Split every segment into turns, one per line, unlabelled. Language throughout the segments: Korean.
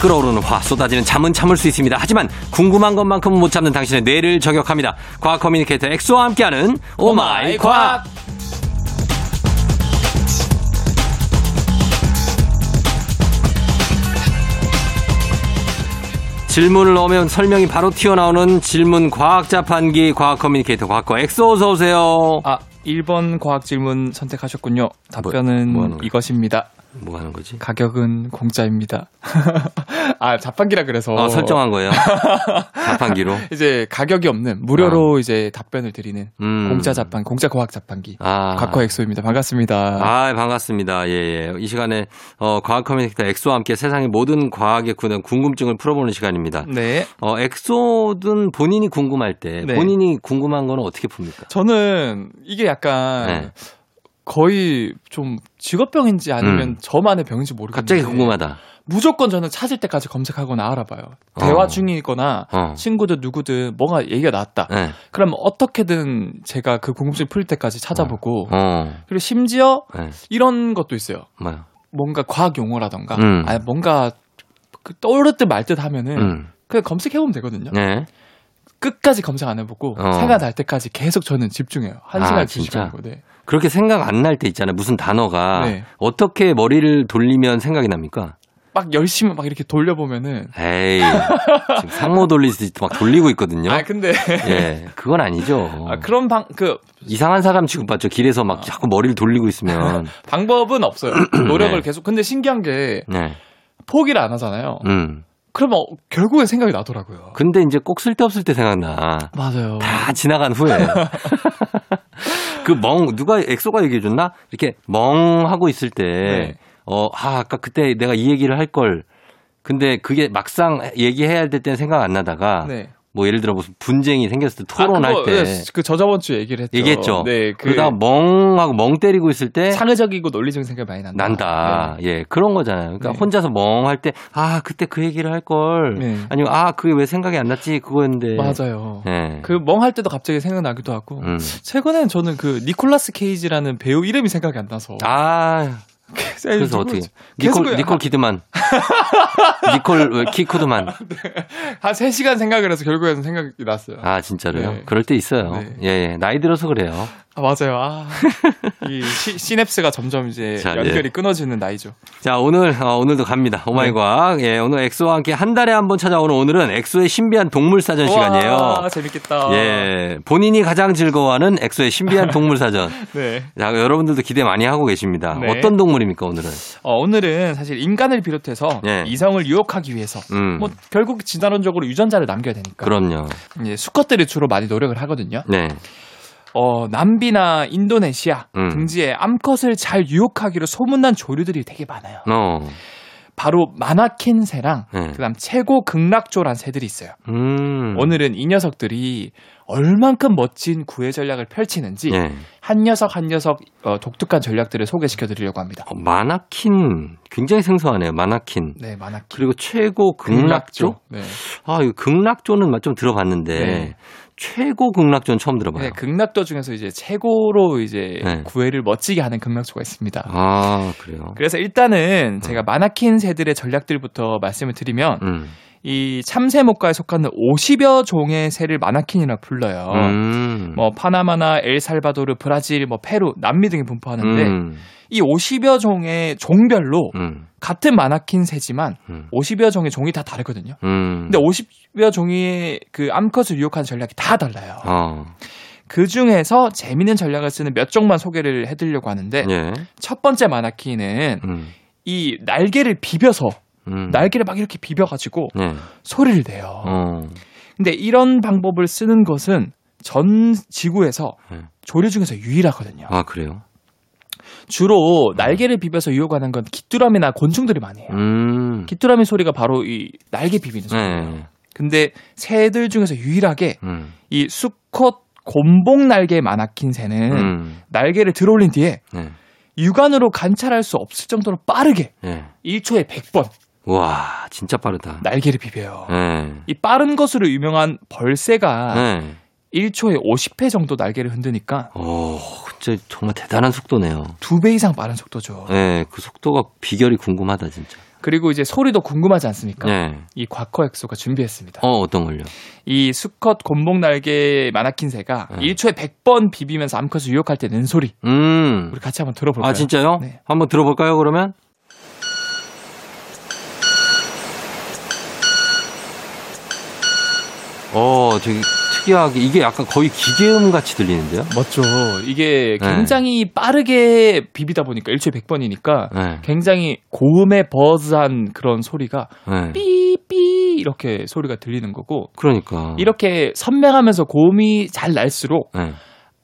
끓어오르는 화 쏟아지는 잠은 참을 수 있습니다. 하지만 궁금한 것만큼은 못 참는 당신의 뇌를 저격합니다. 과학 커뮤니케이터 엑소와 함께하는 오마이 과학. 질문을 넣으면 설명이 바로 튀어나오는 질문 과학 자판기 과학 커뮤니케이터 과학과 엑소 어서 오세요.
아, 1번 과학 질문 선택하셨군요. 답변은
뭐 하는 거야?
이것입니다.
뭐 하는 거지?
가격은 공짜입니다. 아, 자판기라 그래서.
아, 설정한 거예요. 자판기로.
이제 가격이 없는 무료로 이제 답변을 드리는
아. 음.
공짜 자판, 공짜 과학 자판기.
아.
과거 엑소입니다. 반갑습니다.
아, 반갑습니다. 예, 예. 이 시간에 어, 과학 커뮤니케이터 엑소와 함께 세상의 모든 과학에 구는 궁금증을 풀어보는 시간입니다.
네.
어, 엑소든 본인이 궁금할 때
네.
본인이 궁금한 거는 어떻게 풉니까?
저는 이게 약간
네.
거의 좀 직업병인지 아니면
음.
저만의 병인지 모르겠는데
갑자기 궁금하다.
무조건 저는 찾을 때까지 검색하거나 알아봐요. 대화
어.
중이거나
어.
친구들 누구든 뭔가 얘기가 나왔다.
예.
그럼 어떻게든 제가 그 궁금증 풀 때까지 찾아보고
어.
그리고 심지어
예.
이런 것도 있어요.
뭐야?
뭔가 과학 용어라던가
음.
아니 네. 뭔가 그 떠오르듯 말듯 하면은
음.
그냥 검색해보면 되거든요.
네.
끝까지 검색 안 해보고
어.
생각 날 때까지 계속 저는 집중해요. 한
아,
시간 두
진짜?
시간이고 네.
그렇게 생각 안 날 때 있잖아요. 무슨 단어가
네.
어떻게 머리를 돌리면 생각이 납니까?
막 열심히 막 이렇게 돌려보면은
에이 지금 상모 돌리듯이 막 돌리고 있거든요.
아 근데
예, 그건 아니죠.
아, 그런 아. 방 그
이상한 사람 취급받죠. 길에서 막 자꾸 머리를 돌리고 있으면.
방법은 없어요. 노력을
네.
계속 근데 신기한 게
네.
포기를 안 하잖아요.
음.
그러면 어, 결국엔 생각이 나더라고요.
근데 이제 꼭 쓸데없을 때 생각나.
맞아요.
다 지나간 후에. 그 멍, 누가 엑소가 얘기해줬나? 이렇게 멍 하고 있을 때,
네.
어, 아, 아까 그때 내가 이 얘기를 할 걸. 근데 그게 막상 얘기해야 될 때는 생각 안 나다가,
네.
뭐 예를 들어 무슨 분쟁이 생겼을 때,
아,
토론할
그거,
때.
네, 그 저저번 주에 얘기를 했죠.
얘기했죠.
네, 그
그러다가 멍하고 멍 때리고 있을 때,
사회적이고 논리적인 생각이 많이 난다.
난다. 예, 그런 거잖아요. 그러니까
아, 네.
혼자서 멍할 때, 아, 그때 그 얘기를 할 걸.
네.
아니면, 아, 그게 왜 생각이 안 났지? 그거였는데.
네. 맞아요.
예.
그 멍할 때도 갑자기 생각나기도 하고.
음.
최근엔 저는 그 니콜라스 케이지라는 배우 이름이 생각이 안 나서.
아,
그래서,
그래서 어떻게. 니콜,
아.
니콜 기드만. 니콜 키코드만.
한 3시간 생각을 해서 결국에는 생각이 났어요.
아, 진짜로요?
네.
그럴 때 있어요.
네.
예, 예. 나이 들어서 그래요.
아, 맞아요. 아. 이 시, 시냅스가 점점 이제
자, 예.
연결이 끊어지는 나이죠.
자, 오늘, 어, 오늘도 갑니다. 오마이
네.
과학. 예, 오늘 엑소와 함께 한 달에 한 번 찾아오는 오늘은 엑소의 신비한 동물 사전 시간이에요.
와, 재밌겠다.
예, 본인이 가장 즐거워하는 엑소의 신비한 동물 사전.
네.
자, 여러분들도 기대 많이 하고 계십니다.
네.
어떤 동물입니까, 오늘은?
어, 오늘은 사실 인간을 비롯해서
예.
이성을 유혹하기 위해서
음.
뭐 결국 진화론적으로 유전자를 남겨야 되니까
그럼요.
예, 수컷들이 주로 많이 노력을 하거든요.
네.
어, 남비나 인도네시아
음.
등지에 암컷을 잘 유혹하기로 소문난 조류들이 되게 많아요.
어.
바로 마나킨새랑
네.
그다음 최고 극락조란 새들이 있어요.
음.
오늘은 이 녀석들이 얼만큼 멋진 구애 전략을 펼치는지
예.
한 녀석 한 녀석 어, 독특한 전략들을 소개시켜 드리려고 합니다.
어, 마나킨. 굉장히 생소하네요, 마나킨.
네, 마나킨.
그리고 최고 극락조?
네.
아, 이거 극락조는 맛 좀 들어봤는데,
네.
최고 극락조는 처음 들어봐요.
네, 극락조 중에서 이제 최고로 이제
네.
구애를 멋지게 하는 극락조가 있습니다.
아, 그래요?
음. 그래서 일단은 제가 마나킨 새들의 전략들부터 말씀을 드리면
음.
이 참새목과에 속하는 50여 종의 새를 마나킨이라 불러요.
음.
뭐 파나마나 엘살바도르, 브라질, 뭐 페루, 남미 등에 분포하는데
음.
이 50여 종의 종별로
음.
같은 마나킨 새지만
음.
50여 종의 종이 다 다르거든요.
음.
근데 50여 종의 그 암컷을 유혹하는 전략이 다 달라요.
어.
그 중에서 재밌는 전략을 쓰는 몇 종만 소개를 해드리려고 하는데
예.
첫 번째 마나킨은
음.
이 날개를 비벼서
음.
날개를 막 이렇게 비벼가지고
예.
소리를 내요.
어.
근데 이런 방법을 쓰는 것은 전 지구에서
음.
조류 중에서 유일하거든요.
아, 그래요?
주로 날개를 비벼서 유혹하는 건 귀뚜라미나 곤충들이 많이 해요.
음.
귀뚜라미 소리가 바로 이 날개 비비는 소리예요.
네.
근데 새들 중에서 유일하게
음.
이 수컷 곰봉 날개 마나킨 새는
음.
날개를 들어올린 뒤에
네.
육안으로 관찰할 수 없을 정도로 빠르게
예.
1초에 100번
음. 와, 진짜 빠르다.
날개를 비벼요.
예.
이 빠른 것으로 유명한 벌새가
예.
1초에 50회 정도 날개를 흔드니까
오, 어, 진짜 정말 대단한 속도네요. 네.
두 배 이상 빠른 속도죠.
예, 그 속도가 비결이 궁금하다, 진짜.
그리고 이제 소리도 궁금하지 않습니까?
네.
이 과커엑소가 준비했습니다.
어, 어떤 걸요?
이 수컷 곤봉 날개 마나킨새가
네.
1초에 100번 비비면서 암컷을 유혹할 때 낸 소리.
음.
우리 같이 한번 들어볼까요?
아, 진짜요?
네.
한번 들어볼까요, 그러면? 어, 되게 특이하게, 이게 약간 거의 기계음 같이 들리는데요?
멋져. 이게
네.
굉장히 빠르게 비비다 보니까 1초에 100번이니까
네.
굉장히 고음의 버즈한 그런 소리가
네.
삐삐 이렇게 소리가 들리는 거고
그러니까.
이렇게 선명하면서 고음이 잘 날수록
네.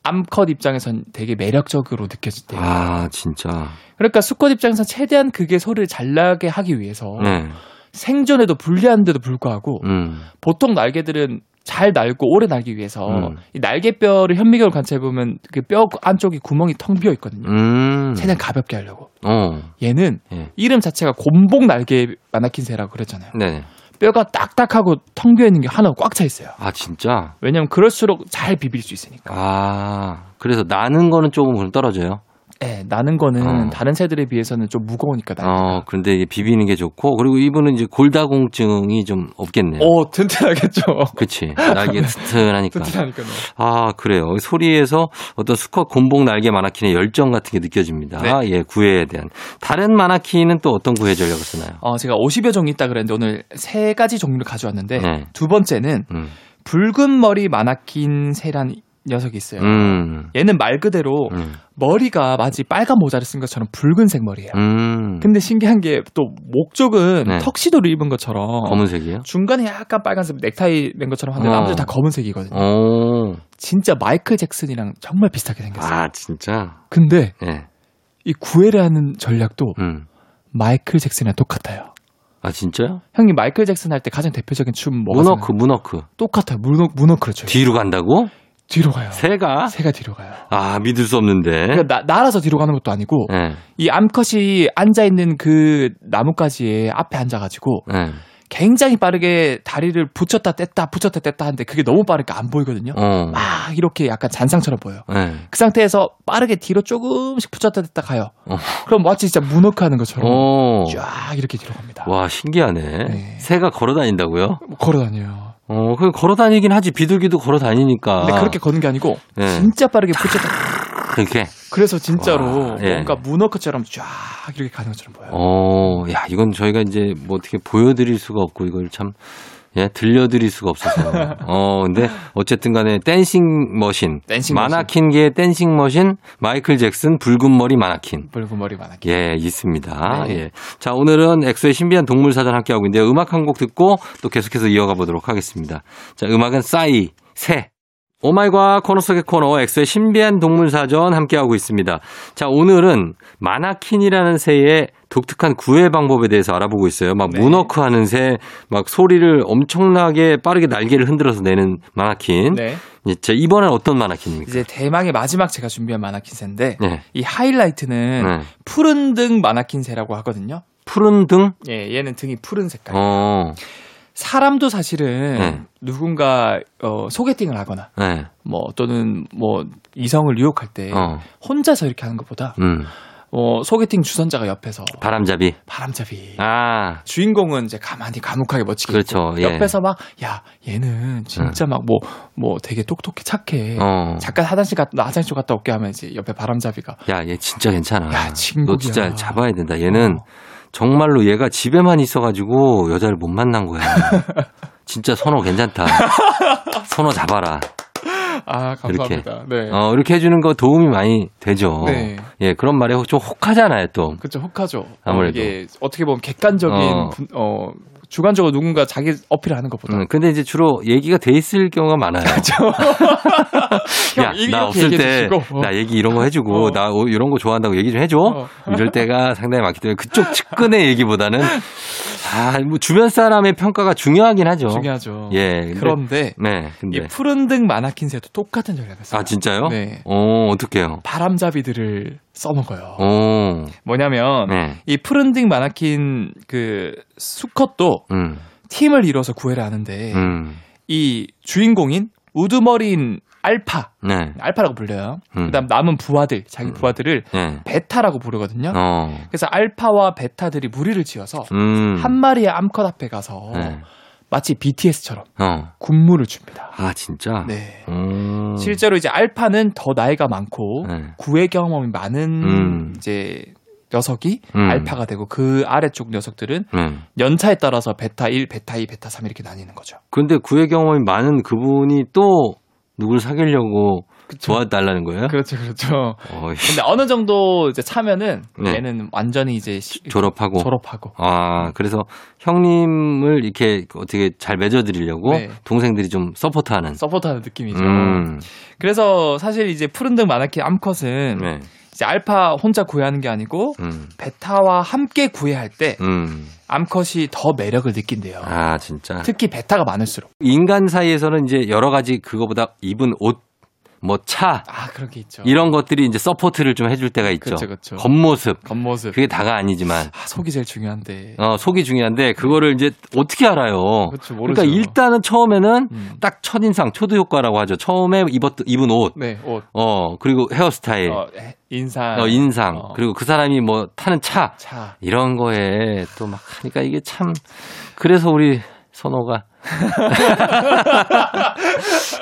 암컷 입장에선 되게 매력적으로 느껴진대요.
아, 진짜.
그러니까 수컷 입장에선 최대한 그게 소리를 잘 나게 하기 위해서
네.
생존에도 불리한데도 불구하고
음.
보통 날개들은 잘 날고 오래 날기 위해서
음.
이 날개뼈를 현미경으로 관찰해 보면 그 뼈 안쪽에 구멍이 텅 비어 있거든요.
음.
최대한 가볍게 하려고.
어.
얘는
예.
이름 자체가 곰복 날개 마나킨새라고 그랬잖아요.
네.
뼈가 딱딱하고 텅 비어 있는 게 하나 꽉 차 있어요.
아, 진짜?
왜냐면 그럴수록 잘 비빌 수 있으니까.
아, 그래서 나는 거는 조금 그럼 떨어져요.
예, 나는 거는
어.
다른 새들에 비해서는 좀 무거우니까 나.
어, 그런데 이게 비비는 게 좋고, 그리고 이분은 이제 골다공증이 좀 없겠네요.
오, 튼튼하겠죠.
그치. 날개 튼튼하니까.
튼튼하니까요.
아, 그래요. 소리에서 어떤 수컷 곰봉 날개 마나킨의 열정 같은 게 느껴집니다.
네.
예, 구애에 대한. 다른 마나킨은 또 어떤 구애 전략을 쓰나요?
어, 제가 50여 종류 있다 그랬는데 오늘 세 가지 종류를 가져왔는데
네.
두 번째는
음.
붉은 머리 마나킨 새란 녀석이 있어요.
음.
얘는 말 그대로
음.
머리가 마치 빨간 모자를 쓴 것처럼 붉은색 머리예요.
음.
근데 신기한 게 또 목쪽은
네.
턱시도를 입은 것처럼
검은색이에요?
중간에 약간 빨간색 넥타이 맨 것처럼 하는데
어.
나머지 다 검은색이거든요.
네. 오.
진짜 마이클 잭슨이랑 정말 비슷하게 생겼어요.
아, 진짜?
근데
예.
이 구애를 하는 전략도
음.
마이클 잭슨이랑 똑같아요.
아, 진짜요?
형님 마이클 잭슨 할 때 가장 대표적인 춤 뭐가
문어크, 문어크.
생각나요? 똑같아요. 문어 문어크를 춰요.
뒤로 간다고?
뒤로
네.
가요.
새가?
새가 뒤로 가요.
아, 믿을 수 없는데.
그러니까 나- 날아서 뒤로 가는 것도 아니고
예.
이 암컷이 앉아 있는 그 나뭇가지에 앞에 앉아가지고
예.
굉장히 빠르게 다리를 붙였다 뗐다 붙였다 뗐다 하는데 그게 너무 빠르니까 안 보이거든요.
어.
막 이렇게 약간 잔상처럼 보여요.
예.
그 상태에서 빠르게 뒤로 조금씩 붙였다 뗐다 가요.
어.
그럼 마치 진짜 문어크하는 것처럼
오.
쫙 이렇게 뒤로 갑니다.
와, 신기하네.
네.
새가 걸어 다닌다고요?
걸어 다녀요.
어, 그냥 걸어 다니긴 하지. 비둘기도 걸어 다니니까.
근데 그렇게 걷는 게 아니고
네.
진짜 빠르게 붙였다.
그렇게.
그래서 진짜로
와, 예.
뭔가 문어크처럼 쫙 이렇게 가는 것처럼 보여요.
어, 야, 이건 저희가 이제 뭐 어떻게 보여드릴 수가 없고 이걸 참, 예, 들려드릴 수가 없어서. 어, 근데 어쨌든 간에 댄싱 머신.
댄싱
마나킨계의 댄싱 머신, 마이클 잭슨, 붉은 머리 마나킨.
붉은 머리 많았기.
예, 있습니다.
네.
예. 자, 오늘은 엑소의 신비한 동물 사전 함께하고 있는데 음악 한 곡 듣고 또 계속해서 이어가 보도록 하겠습니다. 자, 음악은 싸이, 새. 오마이과 코너 속의 코너 엑소의 신비한 동물 사전 함께하고 있습니다. 자, 오늘은 마나킨이라는 새의 독특한 구애 방법에 대해서 알아보고 있어요. 막
네.
문어크 하는 새, 막 소리를 엄청나게 빠르게 날개를 흔들어서 내는 마나킨. 예,
네.
자, 이번엔 어떤 마나킨입니까?
이제 대망의 마지막 제가 준비한 마나킨새인데
네.
이 하이라이트는
네.
푸른 등 마나킨새라고 하거든요.
푸른 등?
예, 얘는 등이 푸른 색깔.
어,
사람도 사실은
네.
누군가 어, 소개팅을 하거나
네.
뭐 또는 뭐 이성을 유혹할 때
어,
혼자서 이렇게 하는 것보다
음.
어, 소개팅 주선자가 옆에서
바람잡이.
바람잡이
아,
주인공은 이제 가만히 감옥하게 멋지게
그렇죠.
있고
예.
옆에서 막 야 얘는 진짜 막 뭐 뭐 되게 똑똑해 착해
어.
잠깐 화장실 갔다 나 화장실 좀 갔다 올게 하면 이제 옆에 바람잡이가
야, 얘 진짜 괜찮아.
야,
너
친구야.
진짜 잡아야 된다. 얘는
어.
정말로 얘가 집에만 있어가지고 여자를 못 만난 거야. 진짜 선호 괜찮다. 선호 잡아라.
아 감사합니다 네
어, 이렇게 해주는 거 도움이 많이 되죠.
네.
예, 그런 말에 혹- 좀 혹하잖아요, 또.
그렇죠 혹하죠 어,
아무래도.
이게 어떻게 보면 객관적인
어.
분- 어, 주관적으로 누군가 자기 어필을 하는 것보다
음, 근데 이제 주로 얘기가 돼 있을 경우가 많아요. 야,
형, 이렇게
나 없을 때,
얘기해 주시고. 어.
나 얘기 이런 거 해주고,
어.
나 오- 이런 거 좋아한다고 얘기 좀 해줘.
어.
이럴 때가 상당히 많기 때문에 그쪽 측근의 얘기보다는, 아, 뭐 주변 사람의 평가가 중요하긴 하죠.
중요하죠
예. 근데-
그런데
네. 근데.
이 푸른 등 마나킨새도 똑같은 전략을 써요
아, 진짜요?
네.
어, 어떡해요.
바람잡이들을 써먹어요
어,
뭐냐면
네.
이 푸른 등 마나킨 그 수컷도
음,
네. 팀을 이뤄서 구애를 하는데
음.
이 주인공인 우두머리인 알파,
네.
알파라고 불려요.
음.
그다음 남은 부하들, 자기
음.
부하들을
네.
베타라고 부르거든요.
어.
그래서 알파와 베타들이 무리를 지어서
음.
한 마리의 암컷 앞에 가서
네.
마치 BTS처럼
어.
군무를 줍니다.
아, 진짜?
네.
음.
실제로 이제 알파는 더 나이가 많고
네.
구애 경험이 많은
음.
이제 녀석이
음.
알파가 되고 그 아래쪽 녀석들은
네.
연차에 따라서 베타 1, 베타 2, 베타 3 이렇게 나뉘는 거죠.
근데 구애 경험이 많은 그분이 또 누굴 사귀려고 도와달라는 거예요?
그렇죠, 그렇죠.
어이,
근데 어느 정도 이제 차면은
네.
얘는 완전히 이제 시-
졸업하고.
졸업하고
아, 그래서 형님을 이렇게 어떻게 잘 맺어드리려고
네.
동생들이 좀 서포트하는.
서포트하는 느낌이죠.
음.
그래서 사실 이제 푸른등 마나키 암컷은
네.
이제 알파 혼자 구애하는 게 아니고
음.
베타와 함께 구애할 때
음.
암컷이 더 매력을 느낀대요.
아, 진짜.
특히 베타가 많을수록.
인간 사이에서는 이제 여러 가지 그거보다 입은 옷, 뭐 차,
아, 그런 게 있죠.
이런 것들이 이제 서포트를 좀 해줄 때가 있죠.
그렇죠, 그렇죠.
겉모습.
겉모습.
그게 다가 아니지만.
아, 속이 제일 중요한데.
어, 속이 중요한데 그거를 이제 어떻게 알아요?
그렇죠, 모르죠.
그러니까 일단은 처음에는
음.
딱 첫인상, 초두 효과라고 하죠. 처음에 입었, 입은 옷,
네, 옷,
어, 그리고 헤어스타일, 어,
어, 에, 인상,
인상,
어.
그리고 그 사람이 뭐 타는 차,
차.
이런 거에 또 막 하니까 이게 참, 그래서 우리 선호가.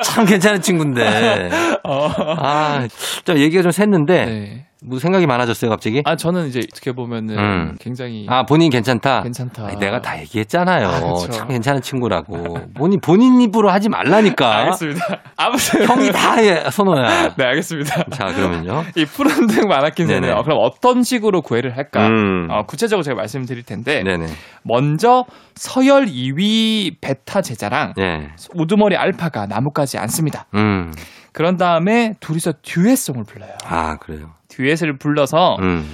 참 괜찮은 친구인데. 아, 자, 얘기가 좀 샜는데,
어. 네.
뭐 생각이 많아졌어요, 갑자기?
아, 저는 이제 어떻게 보면은
음.
굉장히
아, 본인 괜찮다?
괜찮다.
아니, 내가 다 얘기했잖아요.
아, 그쵸.
참 괜찮은 친구라고. 본인, 본인 입으로 하지 말라니까.
알겠습니다. 아무튼
형이 다 해, 선호야.
네, 알겠습니다.
자, 그러면요.
이 푸른등 마나킨새는
네네.
어, 그럼 어떤 식으로 구애를 할까?
음.
어, 구체적으로 제가 말씀드릴 텐데
네네.
먼저 서열 2위 베타 제자랑
네.
우두머리 알파가 나뭇가지 않습니다.
음.
그런 다음에 둘이서 듀엣송을 불러요.
아, 그래요.
듀엣을 불러서
음.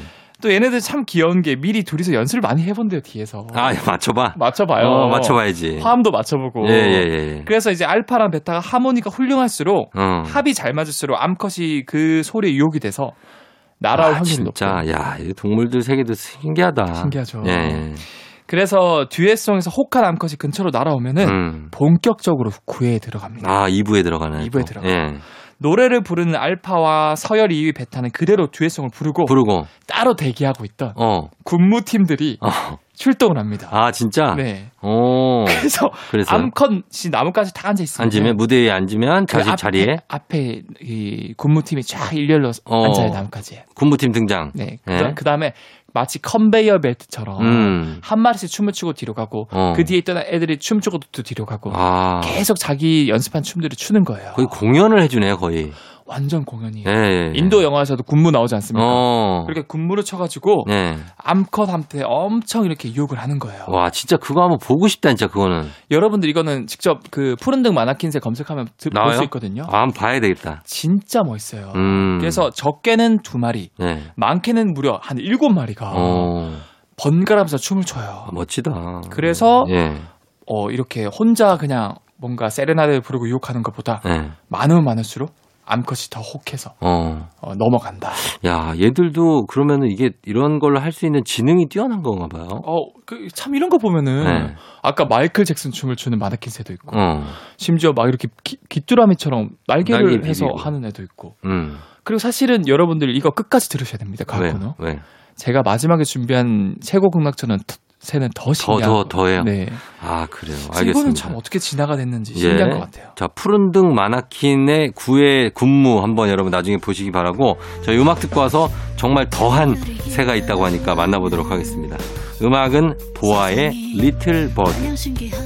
또 얘네들 참 귀여운 게 미리 둘이서 연습을 많이 해본대요 뒤에서.
아, 맞춰봐.
맞춰봐요.
어, 맞춰봐야지.
화음도 맞춰보고.
예, 예, 예.
그래서 이제 알파랑 베타가 하모니가 훌륭할수록
예. 어.
음. 합이 잘 맞을수록 암컷이 그 소리에 유혹이 돼서 날아올
아,
확률이 높고.
진짜. 야, 이 동물들 세계도 신기하다.
신기하죠.
예, 예.
그래서 듀엣송에서 혹한 암컷이 근처로 날아오면은
음.
본격적으로 구애에 들어갑니다.
아, 2부에 들어가는.
이부에
또.
들어가.
예.
노래를 부르는 알파와 서열 2위 베타는 그대로 듀엣송을 부르고
부르고.
따로 대기하고 있던
어.
군무팀들이
어.
출동을 합니다.
아, 진짜?
네.
오.
그래서
그래서
암컷이 나뭇가지 다 앉아 있습니다.
앉으면 무대 위에 앉으면
그
자신
앞에-
자리에
앞에 이 군무팀이 쫙 일렬로
어.
앉아요 나뭇가지에.
군부팀 등장.
네.
네.
그 다음에 마치 컨베이어 벨트처럼
음.
한 마리씩 춤을 추고 뒤로 가고
어.
아. 그 뒤에 뭐 있던 애들이 춤 추고 또 뒤로 가고
아.
계속 자기 연습한 춤들을 추는 거예요.
거의 공연을 해주네요, 거의.
완전 공연이에요.
예. 예.
인도 영화에서도 군무 나오지 않습니까?
어.
그렇게 군무를 쳐가지고
네.
암컷한테 엄청 이렇게 유혹을 하는 거예요.
와, 진짜 그거 한번 보고 싶다, 진짜 그거는.
여러분들 이거는 직접 그 푸른등 마나킨새 검색하면 볼
나와요?
수 있거든요.
아, 한번 봐야 되겠다.
진짜 멋있어요.
음.
아. 그래서 적게는 두 마리,
네.
많게는 무려 한 일곱 마리가
어.
번갈아면서 춤을
아,
춰요.
멋지다.
그래서
예.
어, 이렇게 혼자 그냥 뭔가 세레나데를 부르고 유혹하는 것보다
예.
많으면 많을수록 암컷이 더 혹해서
어.
어, 넘어간다.
야, 얘들도 그러면은 이게 이런 걸로 할 수 있는 지능이 뛰어난 건가 봐요.
어, 그, 참 이런 거 보면은
네.
아까 마이클 잭슨 춤을 추는 마네킹새도 있고
어.
심지어 막 이렇게 기, 귀뚜라미처럼 날개를
날개
해서
비비고.
하는 애도 있고
음.
그리고 사실은 여러분들 이거 끝까지 들으셔야 됩니다.
왜?
가고는
왜?
제가 마지막에 준비한 최고 극락전은 더- 새는 더
더,
신기한
더, 더해요.
네.
아, 그래요.
친구는
알겠습니다.
참 어떻게 진화가 됐는지
예.
신기한 것 같아요.
자, 푸른등 마나킨의 구애 군무 한번 여러분 나중에 보시기 바라고 저희 음악 듣고 와서 정말 더한 새가 있다고 하니까 만나보도록 하겠습니다. 음악은 보아의 리틀 버드.
그냥 신기하고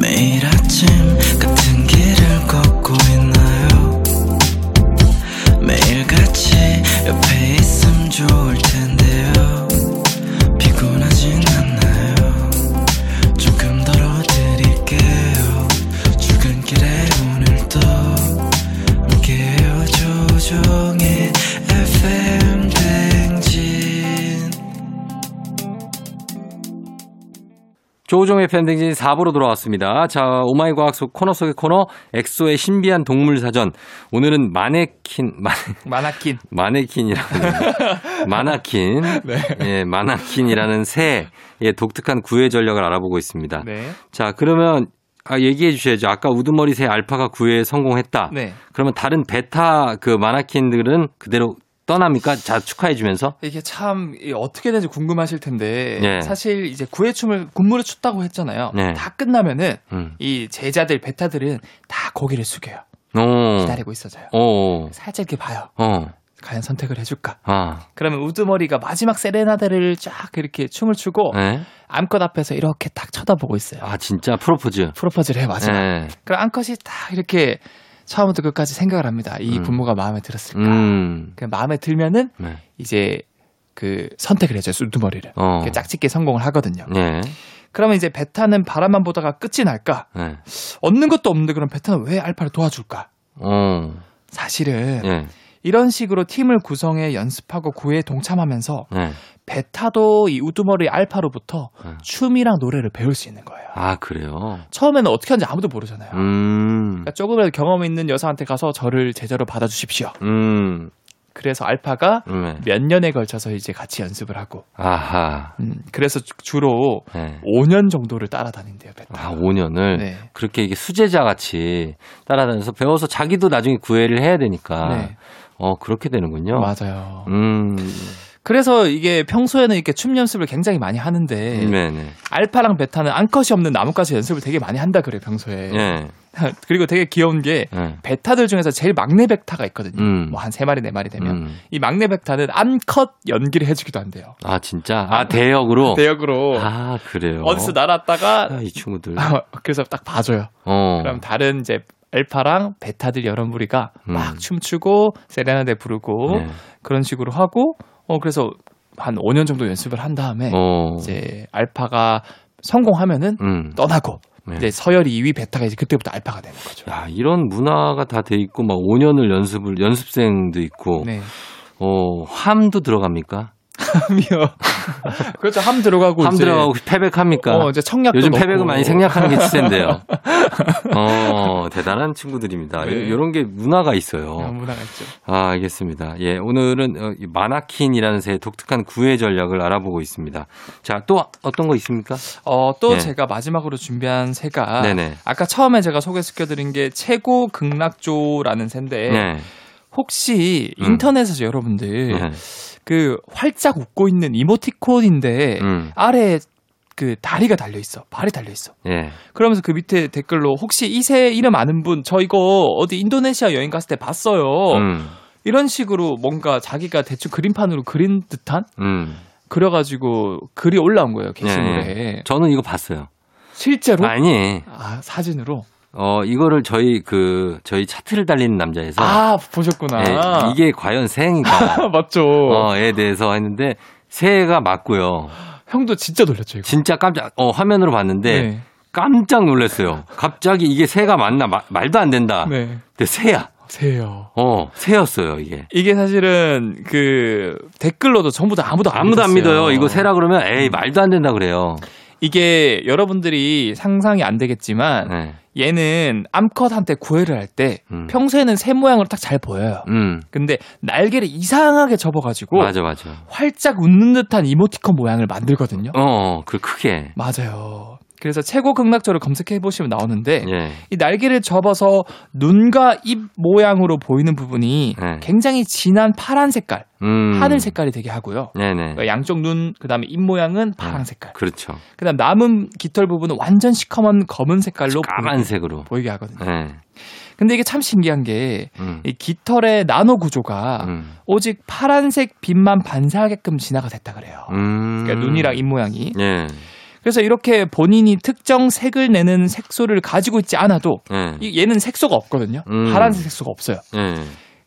매일 아침 같은 길을 걷고 있나요 매일 같이 옆에 있음 좋을 텐데요 피곤하진 않나요 조금 덜어드릴게요 출근길에 오늘도 함께해요 조종의 FM 댕진
조우종의 팬댕진 4부로 돌아왔습니다. 자, 오마이 과학 속 코너 속의 코너 엑소의 신비한 동물 사전. 오늘은 마네킨, 마,
마나킨.
마네킨이라고. 하네요. 마나킨.
네.
예, 마나킨이라는 새의 독특한 구애 전략을 알아보고 있습니다.
네.
자, 그러면 아, 얘기해 주셔야죠. 아까 우두머리 새 알파가 구애에 성공했다.
네.
그러면 다른 베타 그 마나킨들은 그대로 떠납니까? 자, 축하해 주면서.
이게 참이 어떻게 되는지 궁금하실 텐데
예.
사실 이제 구애춤을 군무를 췄다고 했잖아요.
네.
다 끝나면은
음.
이 제자들 베타들은 다 고개를 숙여요.
오.
기다리고 있어져요.
오.
살짝 이렇게 봐요.
어.
과연 선택을 해줄까?
아.
그러면 우두머리가 마지막 세레나데를 쫙 이렇게 춤을 추고
예.
암컷 앞에서 이렇게 딱 쳐다보고 있어요.
아, 진짜 프로포즈.
프로포즈를 해 마지막.
예.
그럼 암컷이 딱 이렇게 처음부터 끝까지 생각을 합니다. 이
음.
부모가 마음에 들었을까?
음.
그 마음에 들면은
네.
이제 그 선택을 해줘요. 우두머리를.
어.
이렇게 짝짓기에 성공을 하거든요.
예.
그러면 이제 베타는 바라만 보다가 끝이 날까?
예.
얻는 것도 없는데 그럼 베타는 왜 알파를 도와줄까?
어.
사실은
예.
이런 식으로 팀을 구성해 연습하고 구에 동참하면서
예.
베타도 이 우두머리 알파로부터
음.
춤이랑 노래를 배울 수 있는 거예요.
아, 그래요.
처음에는 어떻게 하는지 아무도 모르잖아요.
음.
그러니까 조금이라도 경험 있는 여사한테 가서 저를 제자로 받아주십시오.
음.
그래서 알파가
음. 예.
몇 년에 걸쳐서 이제 같이 연습을 하고,
아하.
음, 그래서 주- 주로
예.
5년 정도를 따라다닌대요, 베타.
아, 5년을
네.
그렇게 이게 수제자 같이 따라다녀서 배워서 자기도 나중에 구애를 해야 되니까.
네.
어, 그렇게 되는군요.
맞아요.
음.
그래서 이게 평소에는 이렇게 춤 연습을 굉장히 많이 하는데,
네, 네.
알파랑 베타는 암컷이 없는 나뭇가지 연습을 되게 많이 한다 그래요, 평소에.
예.
그리고 되게 귀여운 게,
예.
베타들 중에서 제일 막내 베타가 있거든요.
음.
뭐 한 세 마리 네 마리 되면
음.
이 막내 베타는 암컷 연기를 해주기도 한대요.
아, 진짜? 아, 대역으로?
대역으로
아, 그래요.
어디서 날았다가
아, 이 친구들.
그래서 딱 봐줘요.
어.
그럼 다른 이제 알파랑 베타들 여러 무리가
음.
막 춤추고 세레나데 부르고
네.
그런 식으로 하고 어 그래서 한 5년 정도 연습을 한 다음에
어.
이제 알파가 성공하면은
음.
떠나고
네.
이제 서열이 2위 베타가 이제 그때부터 알파가 되는 거죠.
야, 이런 문화가 다 돼 있고, 막 5년을 연습을, 연습생도 있고,
네.
어, 함도 들어갑니까?
함이요. 그렇죠. 함 들어가고
함
이제
들어가고 패백합니까?
어, 이제 청약도
요즘
넣고.
패백을 많이 생략하는 게 추세인데요. 어, 대단한 친구들입니다.
네.
이런 게 문화가 있어요.
어, 문화가 있죠.
아, 알겠습니다. 예, 오늘은 어, 이 마나킨이라는 새의 독특한 구애 전략을 알아보고 있습니다. 자, 또 어떤 거 있습니까?
어, 또
네.
제가 마지막으로 준비한 새가
네네.
아까 처음에 제가 소개시켜드린 게 최고 극락조라는 새인데
네.
혹시
음.
인터넷에서 여러분들
네.
그 활짝 웃고 있는 이모티콘인데
음.
아래에 그 다리가 달려 있어 발이 달려 있어
예.
그러면서 그 밑에 댓글로 혹시 이 새 이름 아는 분 저 이거 어디 인도네시아 여행 갔을 때 봤어요
음.
이런 식으로 뭔가 자기가 대충 그림판으로 그린 듯한
음.
그려가지고 글이 올라온 거예요 게시물에
저는 이거 봤어요.
실제로
네, 아니,
아 사진으로
어, 이거를 저희 그, 저희 차트를 달리는 남자에서.
아 보셨구나 아,
예, 이게 과연 새인가.
맞죠
어, 에 대해서 했는데, 새가 맞고요.
형도 진짜 놀렸죠 이거
진짜 깜짝, 어, 화면으로 봤는데,
네.
깜짝 놀랐어요. 갑자기 이게 새가 맞나, 마- 말도 안 된다.
네. 네.
근데 새야.
세요.
어, 새였어요, 이게.
이게 사실은 그 댓글로도 전부 다 아무도 안
아무도 안
믿었어요. 음.
믿어요. 이거 새라 그러면, 에이, 말도 안 된다 그래요.
이게 여러분들이 상상이 안 되겠지만
네.
얘는 암컷한테 구애를 할 때
음.
평소에는 새 모양으로 딱 잘 보여요.
음.
근데 날개를 이상하게 접어가지고
맞아, 맞아.
활짝 웃는 듯한 이모티콘 모양을 만들거든요.
어, 어, 그 크게.
맞아요. 그래서 최고 극락조를 검색해 보시면 나오는데
예.
이 날개를 접어서 눈과 입 모양으로 보이는 부분이
네.
굉장히 진한 파란 색깔,
음. 예.
하늘 색깔이 되게 하고요.
네네.
그러니까 양쪽 눈, 그 다음에 입 모양은 파란
네.
색깔.
그렇죠.
그 다음 남은 깃털 부분은 완전 시커먼 검은 색깔로 보이-
까만색으로.
보이게 하거든요.
네.
근데 이게 참 신기한 게 이 아.
음.
깃털의 나노 구조가
음.
오직 파란색 빛만 반사하게끔 진화가 됐다 그래요.
음.
그러니까 눈이랑 입 모양이.
예.
그래서 이렇게 본인이 특정 색을 내는 색소를 가지고 있지 않아도
예.
이- 얘는 색소가 없거든요.
음.
파란색 색소가 없어요.
예.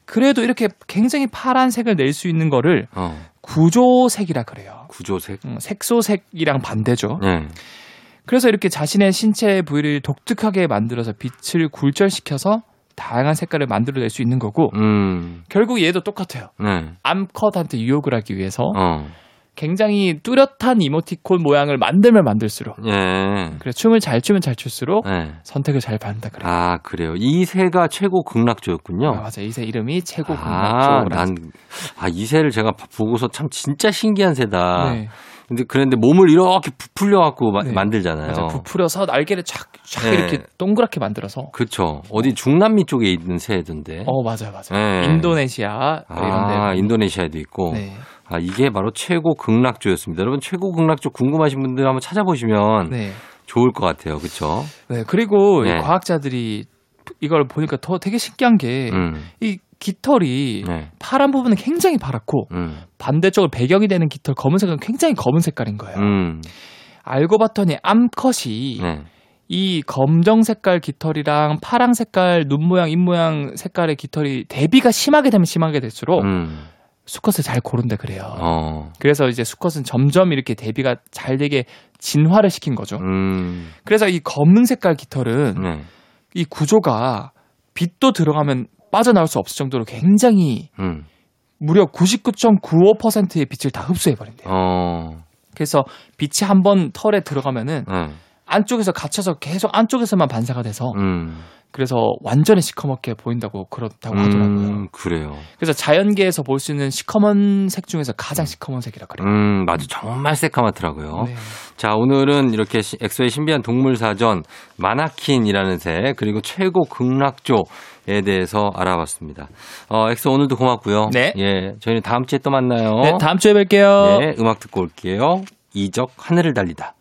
그래도 이렇게 굉장히 파란색을 낼 수 있는 거를
어.
구조색이라 그래요.
구조색.
음, 색소색이랑 반대죠.
예.
그래서 이렇게 자신의 신체 부위를 독특하게 만들어서 빛을 굴절시켜서 다양한 색깔을 만들어낼 수 있는 거고
음.
결국 얘도 똑같아요.
네.
암컷한테 유혹을 하기 위해서
어.
굉장히 뚜렷한 이모티콘 모양을 만들면 만들수록
예.
그래 춤을 잘 추면 잘 출수록
예.
선택을 잘 받는다 그래요.
아, 그래요. 이세가 최고
아,
극락조였군요.
맞아 이세 이름이 최고
어. 아,
극락조라는.
난, 아, 이세를 제가 봐- 보고서 참 진짜 신기한 새다.
네,
근데 그런데 몸을 이렇게 부풀려갖고 마-
네.
만들잖아요.
맞아 부풀어서 날개를 촥촥
네.
이렇게 동그랗게 만들어서.
그쵸. 어디 중남미 쪽에 있는 새던데.
어 맞아요 맞아요.
네.
인도네시아 뭐
아,
이런 데.
인도네시아에도 있고.
네.
아, 이게 바로 최고 극락조였습니다. 여러분, 최고 극락조 궁금하신 분들 한번 찾아보시면
네.
좋을 것 같아요. 그쵸?
네, 그리고 이
음. 네.
과학자들이 이걸 보니까 더 되게 신기한 게 이
음.
네. 깃털이
네.
파란 부분은 굉장히 파랗고
음.
반대쪽으로 배경이 되는 깃털 검은색은 굉장히 검은 색깔인 거예요.
음.
알고 봤더니 암컷이
네.
이 검정 색깔 깃털이랑 파랑 색깔 눈 모양 입 모양 색깔의 깃털이 대비가 심하게 되면 심하게 될수록
음.
수컷을 잘 고른다 그래요.
어.
그래서 이제 수컷은 점점 이렇게 대비가 잘 되게 진화를 시킨 거죠.
음.
그래서 이 검은 색깔 깃털은
네.
이 구조가 빛도 들어가면 빠져나올 수 없을 정도로 굉장히
음.
무려 99.95%의 빛을 다 흡수해 버린대요.
어.
그래서 빛이 한 번 털에 들어가면은
네.
안쪽에서 갇혀서 계속 안쪽에서만 반사가 돼서
음.
그래서 완전히 시커멓게 보인다고 그렇다고 하더라고요.
음, 그래요.
그래서 자연계에서 볼 수 있는 시커먼 색 중에서 가장 시커먼 색이라 그래요.
음, 맞아. 정말 새카맣더라고요.
네.
자, 오늘은 이렇게 시- 엑소의 신비한 동물 사전, 마나킨이라는 새, 그리고 최고 극락조에 대해서 알아봤습니다. 어, 엑소 오늘도 고맙고요.
네.
예, 저희는 다음 주에 또 만나요.
네, 다음 주에 뵐게요.
어? 네, 음악 듣고 올게요. 이적 하늘을 달리다.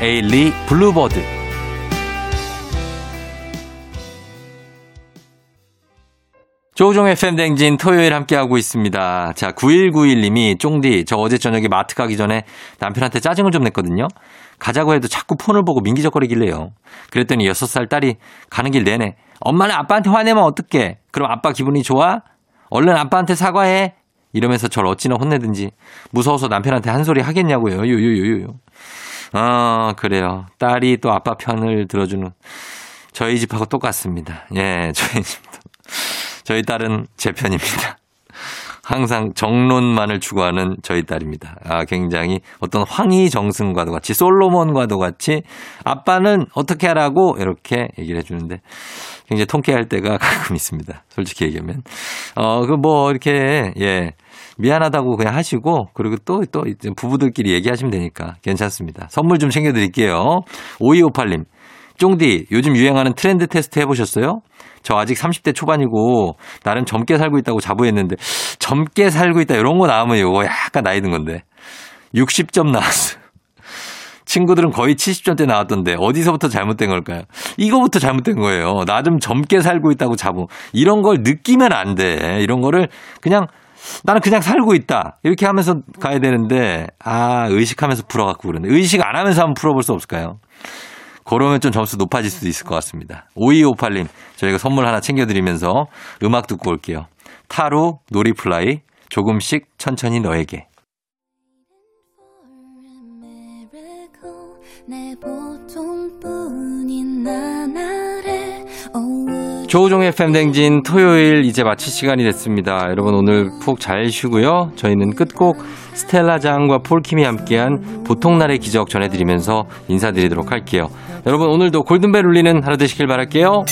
에일리 블루버드. 조종의 팬댕진 토요일 함께하고 있습니다. 자, 9191님이 쫑디, 저 어제 저녁에 마트 가기 전에 남편한테 짜증을 좀 냈거든요. 가자고 해도 자꾸 폰을 보고 민기적거리길래요. 그랬더니 6살 딸이 가는 길 내내 엄마는 아빠한테 화내면 어떡해. 그럼 아빠 기분이 좋아? 얼른 아빠한테 사과해. 이러면서 저를 어찌나 혼내든지 무서워서 남편한테 한 소리 하겠냐고요. 요요요요. 아, 그래요. 딸이 또 아빠 편을 들어주는 저희 집하고 똑같습니다. 예, 저희 집도. 저희 딸은 제 편입니다. 항상 정론만을 추구하는 저희 딸입니다. 아, 굉장히 어떤 황희 정승과도 같이 솔로몬과도 같이 아빠는 어떻게 하라고 이렇게 얘기를 해주는데 굉장히 통쾌할 때가 가끔 있습니다. 솔직히 얘기하면. 어, 그 뭐 이렇게, 예. 미안하다고 그냥 하시고 그리고 또, 또 이제 부부들끼리 얘기하시면 되니까 괜찮습니다. 선물 좀 챙겨드릴게요. 5258님. 쫑디, 요즘 유행하는 트렌드 테스트 해보셨어요? 저 아직 30대 초반이고, 나름 젊게 살고 있다고 자부했는데, 젊게 살고 있다, 이런 거 나오면 이거 약간 나이 든 건데. 60점 나왔어. 친구들은 거의 70점대 나왔던데, 어디서부터 잘못된 걸까요? 이거부터 잘못된 거예요. 나 좀 젊게 살고 있다고 자부. 이런 걸 느끼면 안 돼. 이런 거를 그냥, 나는 그냥 살고 있다. 이렇게 하면서 가야 되는데, 아, 의식하면서 풀어갖고 그러네. 의식 안 하면서 한번 풀어볼 수 없을까요? 그러면 좀 점수 높아질 수도 있을 것 같습니다. 5258님, 저희가 선물 하나 챙겨드리면서 음악 듣고 올게요. 타로, 놀이플라이, 조금씩 천천히 너에게.
miracle 내 보통뿐인 나날에 어우
조우종의 팬댕진 토요일 이제 마칠 시간이 됐습니다. 여러분 오늘 푹 잘 쉬고요. 저희는 끝곡 스텔라 장과 폴킴이 함께한 보통날의 기적 전해드리면서 인사드리도록 할게요. 여러분 오늘도 골든벨 울리는 하루 되시길 바랄게요.